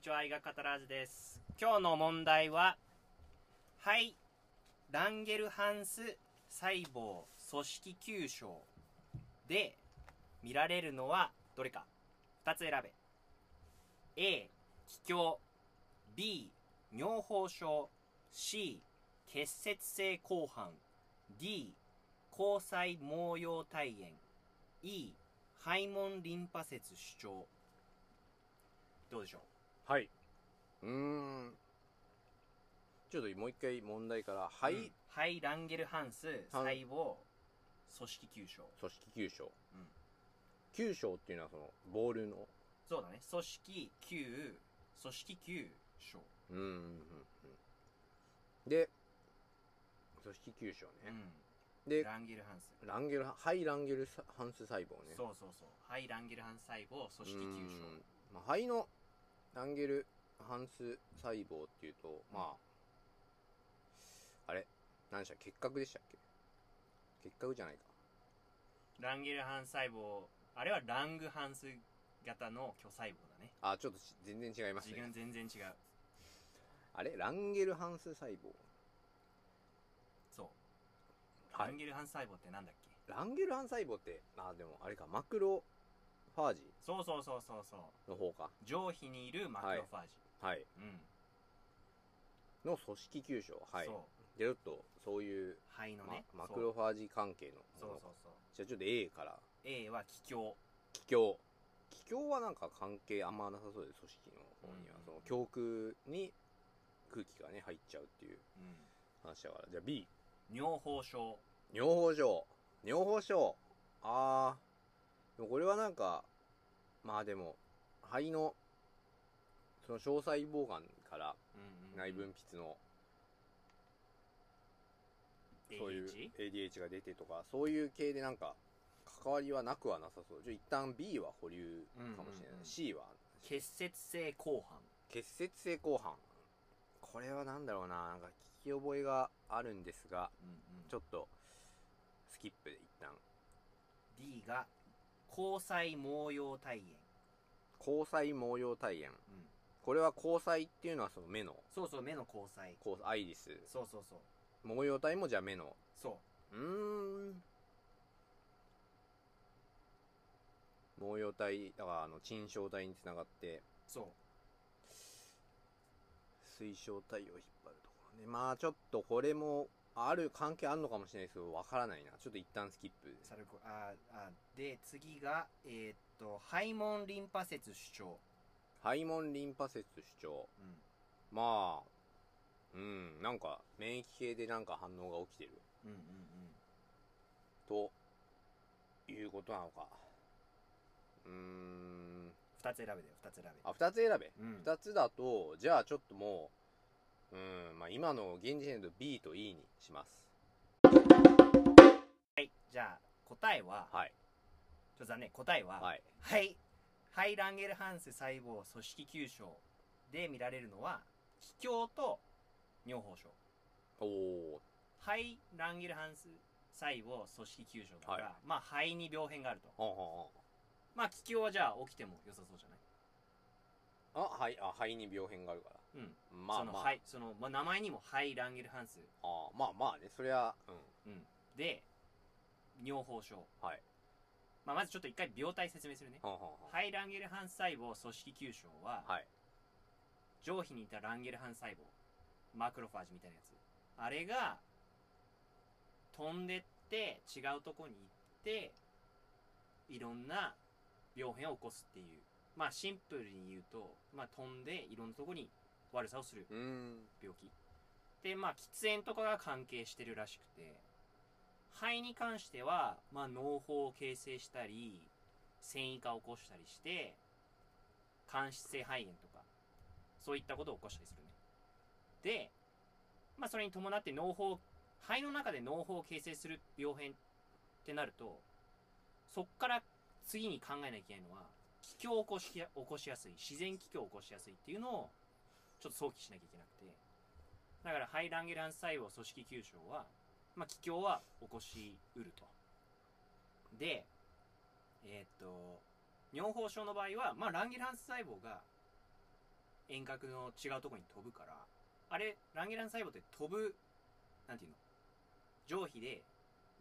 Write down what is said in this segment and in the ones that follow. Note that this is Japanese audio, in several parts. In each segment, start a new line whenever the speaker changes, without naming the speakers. ちは、愛が語らずです。今日の問題は、肺、ランゲルハンス細胞組織急症で見られるのはどれか ?2 つ選べ。A、気胸 B、尿崩症 C、結節性後斑 D、虹細毛様体炎 E、肺門リンパ節主張どうでしょう
はいうーんちょっともう一回問題から肺、
うん肺ランゲルハンス細胞組織急症
組織急所
うん
急所っていうのはそのボールの
そうだね組織急組織急症
うんうんうんうんで組織急所
う
ね、
ん
で
ランゲルハンス
ランゲル肺ランゲルハンス細胞ね
そうそうそう肺ランゲルハンス細胞組織急症
うんまあ、肺のランゲルハンス細胞っていうとまああれ何でした結核でしたっけ結核じゃないか
ランゲルハンス細胞あれはラングハンス型の巨細胞だね
あちょっとし全然違います
次
ね
元全然違う
あれランゲルハンス細胞
そう
はい
ランゲルハンス細胞ってなんだっけ
ランゲルハンス細胞ってあでもあれかマクロファージ
そうそうそうそうそう
の方か
上皮にいるマクロファージ
はい
うん
の組織急所はい
そう
でちょっとそういう、
肺の
ま
ね
マクロファージ関係のも
そう
の
そうそうそう
じゃあちょっと A から
A は気胸
気胸気胸はなんか関係あんまなさそうで組織の方には、
うん
その胸腔に空気がね入っちゃうっていう
うん
話だからじゃあ B
尿崩症
尿崩症尿崩症あーでもこれはなんかまあでも肺のその小細胞がんから内分泌のそういう ADH が出てとかそういう系でなんか関わりはなくはなさそうじゃあ一旦 B は保留かもしれない、
うんうんうん
C は
結節性後半
結節性後半これは何だろうななんか聞き覚えがあるんですがちょっとスキップで一旦
D が交際毛様体炎、
交際毛様体炎これは交際っていうのはその目の
そうそう目の交際
交アイリス
そうそうそう
毛様体もじゃあ目の
そう
うーん毛様体だからあの沈小体につながって
そう
水晶体を引っ張るところねまあちょっとこれもある関係あるのかもしれないですけどわからないなちょっと一旦スキップです
サルコあーあーで次がえーっと肺門リンパ節主張、
肺門リンパ節主張まあうんなんか免疫系でなんか反応が起きてる
うん、うん
ということなのかうーん
2つ選べだよ2つ選べ
あ二2つ選べ、
うん
二2つだとじゃあちょっともううんまあ今の現時点で B と E にします
はいじゃあ答えは、
はい
ちょっと残念答えは
はい
はい。ハイランゲルハンス細胞組織急症で見られるのは、気胸と尿崩症。
おお
ハイランゲルハンス細胞組織急症だから、
は
まあ肺に病変があると。
はんはんはん
まあ気胸はじゃあ起きても良さそうじゃない
あはいあ肺に病変があるから
うん。
まあ
その、
まあ
肺、その、まあ、名前にもハイランゲルハンス。
あーまあまあねそりゃうん
うん。で、尿崩症。
はい
まあまずちょっと一回病態説明するね。
はんはんはん
ハイランゲルハンス細胞組織急症は、
はい
上皮にいたランゲルハンス細胞マクロファージみたいなやつあれが飛んでって違うとこに行っていろんな病変を起こすっていうまあシンプルに言うと、まあ、飛んでいろんなとこに悪さをする
うーん
病気でまあ喫煙とかが関係してるらしくて肺に関しては、まあ、脳胞を形成したり繊維化を起こしたりして間質性肺炎とかそういったことを起こしたりするねで、まあ、それに伴って脳胞肺の中で脳胞を形成する病変ってなるとそっから次に考えなきゃいけないのは気胸を起こしや起こしやすい自然気胸を起こしやすいっていうのをちょっと想起しなきゃいけなくてだからハイランゲルハンス細胞組織急症は、まあ、気胸は起こしうるとでえーっと尿崩症の場合は、まあ、ランゲルハンス細胞が遠隔の違うところに飛ぶから、あれ、ランゲラン細胞って飛ぶ、なんていうの上皮で、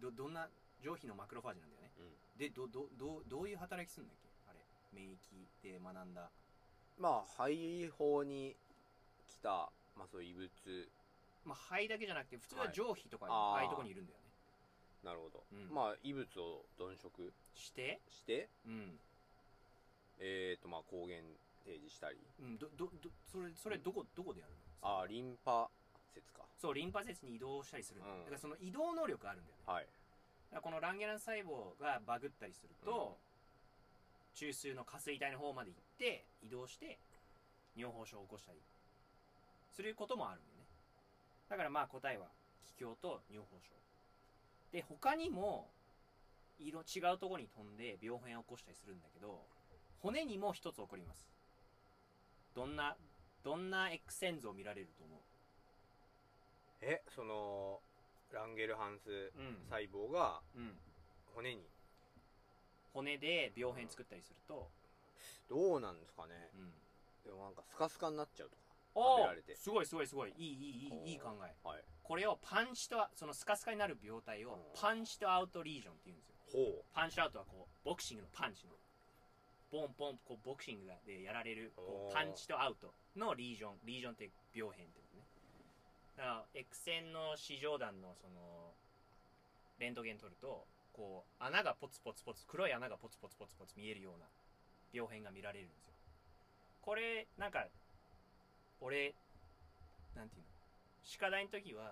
ど、どんな、上皮のマクロファージなんだよね。
うん
で、ど、ど、どう、どういう働きするんだっけあれ、免疫で学んだ。
まあ肺胞に来た、まあ、そういう異物
まあ、肺だけじゃなくて、普通は
はい
上皮とかに、
あー
ああいうとこにいるんだよね。
なるほど、
うん
まあ異物を鈍食
して、
して
うん。
えっ、とまあ抗原提示したり
うん、ど、ど、ど、それ、それどこ、どこでやるの
ああリンパ節か
そう、リンパ節に移動したりするんだよ、
うん
だからその移動能力があるんだよね。
はい
だからこのランゲラン細胞がバグったりすると、中枢の下垂体の方まで行って、移動して、尿崩症を起こしたり、することもあるんだよね。だからまあ答えは、気胸と尿崩症。で、他にも、色違うところに飛んで病変を起こしたりするんだけど、骨にも一つ起こります。どんな、どんな X 線図を見られると思う
えそのランゲルハンス
うん
細胞が
うん。
骨に
骨で病変作ったりすると、
どうなんですかね
うん。
でもなんかスカスカになっちゃうと
お
食べ
お
られて
すごいすごいすごい。いいいいいいいい考え。
かはい
これをパンチと、そのスカスカになる病態をパンチとアウトリージョンって言うんですよ。
ほ
パンチアウトはこう、ボクシングのパンチの、ボンボン、こう、ボクシングでやられる、こ
お
う
ー
パンチとアウトのリージョン。リージョンって病変ってことね。だから、X 線の四畳弾のその、レントゲン撮ると、こう、穴がポツポツポツ、黒い穴がポツポツポツポツ見えるような病変が見られるんですよ。これ、なんか、俺、なんていうの歯科大の時は、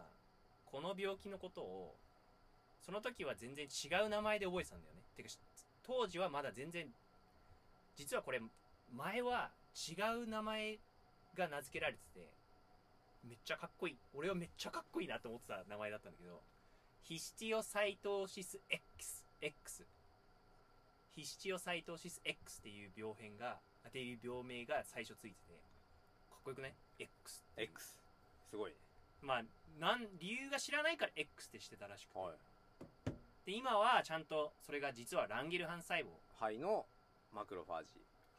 この病気のことを、その時は全然違う名前で覚えてたんだよね。てか、し当時はまだ全然、実はこれ、前は違う名前が名付けられてて、めっちゃかっこいい。俺はめっちゃかっこいいなと思ってた名前だったんだけど、ヒスティオサイトーシス X、X。ヒスティオサイトーシス X っていう病変が、あっていう病名が最初ついてて、かっこよくない ?X っ
う
ていう
X すごいね
まあ、なん、理由が知らないから X ってしてたらしくて。
はい
で、今はちゃんと、それが実はランゲルハン細胞。
肺のマクロファージ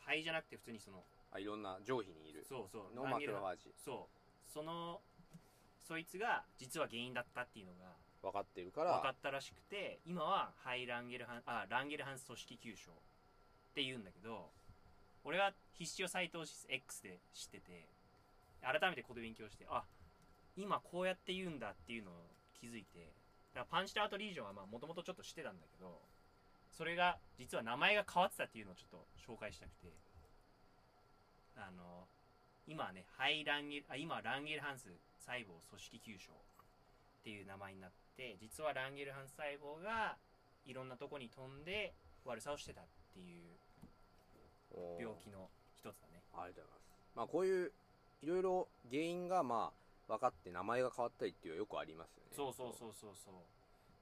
肺じゃなくて普通にその、
あいろんな上皮にいる
そうそう、
の
ラン
マ
ゲ
ク
ル
ロ
ハ
フ
ン。
ァージ
そう。その、そいつが実は原因だったっていうのが
分かってるから
分かったらしくて、今は肺ランゲルハン、あ、ランゲルハン組織急症って言うんだけど、俺は必死をサイトーシス X で知ってて、改めてここで勉強して、あ、今こうやって言うんだっていうのを気づいて、だからパンチとアートリージョンはまあもともとちょっとしてたんだけど、それが、実は名前が変わってたっていうのをちょっと紹介したくて、あの、今はね、ハイランゲル、あ、今はランゲルハンス細胞組織急症っていう名前になって、実はランゲルハンス細胞がいろんなとこに飛んで悪さをしてたっていう
おー
病気の一つだね。
ありがとうございます。まあこういう、いろいろ原因がまあ分かって名前が変わったりっていうのはよくありますよね。
そうそうそうそうそう。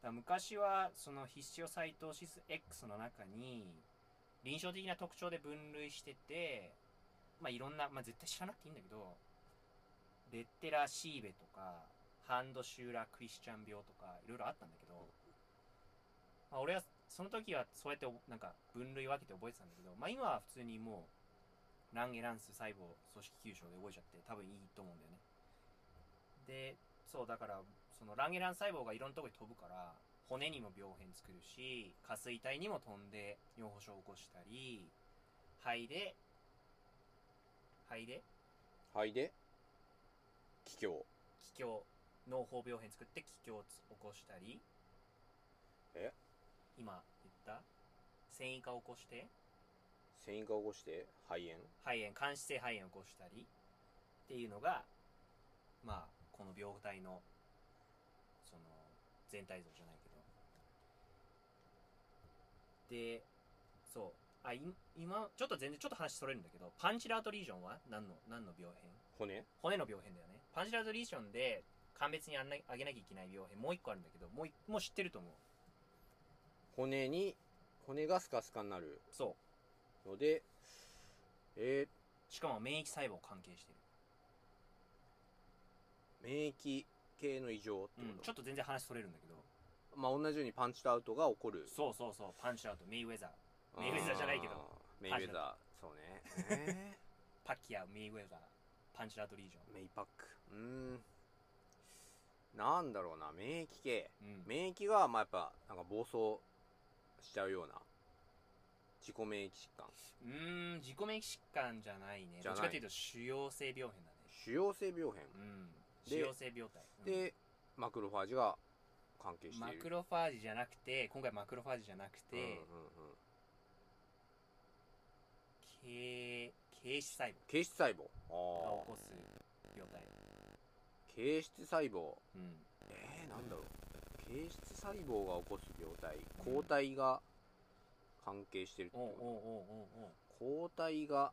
だから昔はその必死をサイトーシス X の中に臨床的な特徴で分類してて、まあいろんな、まあ絶対知らなくていいんだけど、レッテラシーベとか、ハンドシューラークリスチャン病とか、いろいろあったんだけど、まあ俺はその時はそうやってなんか分類分けて覚えてたんだけど、まあ今は普通にもう、ランゲランス細胞組織急症で覚えちゃって多分いいと思うんだよね。で、そうだからそのランゲラン細胞がいろんなとこに飛ぶから骨にも病変作るし下垂体にも飛んで尿保症を起こしたり肺で肺で
肺で、気胸。
気胸脳胞病変作って気胸を起こしたり
え
今言った繊維化を起こして
繊維化を起こして肺炎。
肺炎間質性肺炎を起こしたりっていうのがまあこの病態のその全体像じゃないけどでそうあい今ちょっと全然ちょっと話それるんだけどパンチラートリージョンは何の何の病変
骨
骨の病変だよねパンチラートリージョンで鑑別にあんなあげなきゃいけない病変もう一個あるんだけどもういもう知ってると思う
骨に、骨がスカスカになる
そ
ので、え
うしかも免疫細胞関係してる
ー、免疫系の異常って
うん、
こ
ちょっと全然話それるんだけど
と、まあ同じようにパンチとアウトが起こる。
そうそうそうパンチラートメイウェザーメイウェザーじゃないけど
あーメイウェザー、そうね。え
パッキアウメイウェザーパンチラートリージョ
メイパックうーんなんだろうな免疫系
ン、うん、
免疫はまあやっぱなんか暴走しちゃうような自己免疫疾患
うーん自己免疫疾患じゃないね
じゃ
どっち
ない
かっていうと腫瘍性病変だね
腫瘍性病変
うん
で
腫瘍性病態、うん
でマクロファージが関係して
マ
いる
クロファージじゃなくて今回マクロファージじゃなくて、
うんうんうん、
形形質細
形質細胞
胞が
あ
起こす病態
あ形質細胞
うん
えー、なんだろう形質細胞が起こす病態抗体が関係してるって
おうおう
こ
おうおうおう
と抗体が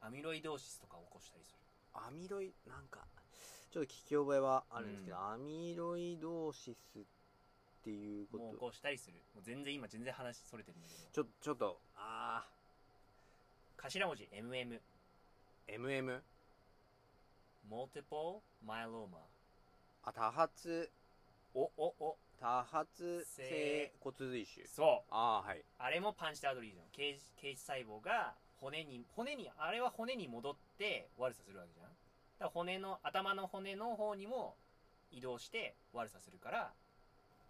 アミロイドーシスとか起こしたりする
アミロイなんかちょっと聞き覚えはあるんですけど、
う
アミロイドーシスっていうこ
もう起
と
こしたりするもう全然今全然話それてるんだけど
ちょちょっとあ
頭文字 MM
ー MM
multiple myeloma
あ多発
おおお
多発性
性
骨髄腫
そう
ああはい
あれもパンチタードリージョン形形質細胞が骨に骨にあれは骨に戻って悪さするわけじゃんだから骨の頭の骨の方にも移動して悪さするから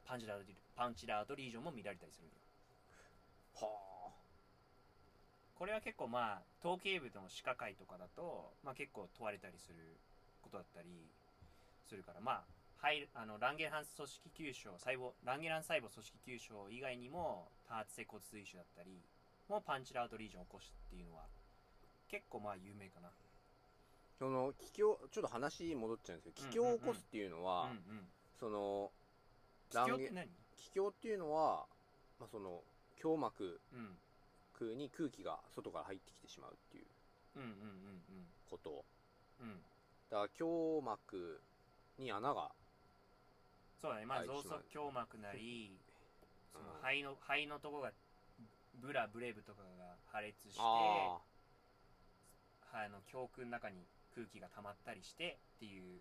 パンチラードリーパンチラードリージョンも見られたりするんよ
は
これは結構まあ統計部の歯科会とかだと、まあ、結構問われたりすることだったりするからまあはい、あのランゲルハンス組織急症細胞ランゲルハンス細胞組織急症以外にも多発性骨髄腫だったりもうパンチラウトリージョンを起こすっていうのは結構まあ有名かな
その気胸ちょっと話戻っちゃうんですけど気胸を起こすっていうの
うん
は、
うん
その
気胸って何
気胸っていうのは、まあ、その胸膜
うん
に空気が外から入ってきてしまうっていう
うんうん
こと
うんうんうん
だから胸膜に穴が
そうだねまあ
はい
増
しま
足
う
胸膜なり そ
うん
の肺の肺のとこがブラブレブとかが破裂して
あ
あの胸腔の中に空気が溜まったりしてっていう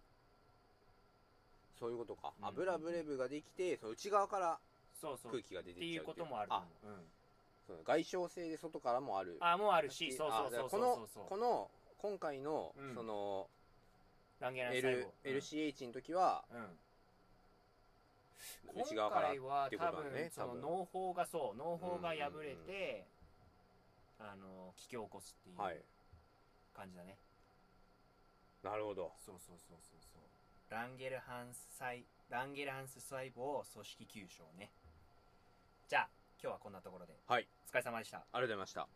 ーそういうことか、
うん
あブラブレブができてその内側から
そうそう
空気が出
ってて
き
い
ちゃ
う
う
こともあると思う
その外傷性で外からもある
うん、あもうある
だ
し
し
そうそう
あだか
そ
ら
うそうそうそう
このこの今回の、
うん
その
ランゲラン細
L
胞、
LCH の時は
うん、うん、
内側から
今回は
てこと
多
だ
分
ね
その
多分
農法がそう農法が破れ
うん
て、あの気境を起こすって
はいいう
感じだね、
なるほど
そうそうそうそうそうランゲルハンス細ランゲルハンス細胞組織急症ねじゃあ今日はこんなところで
はい
お疲れ様でした
ありがとうございました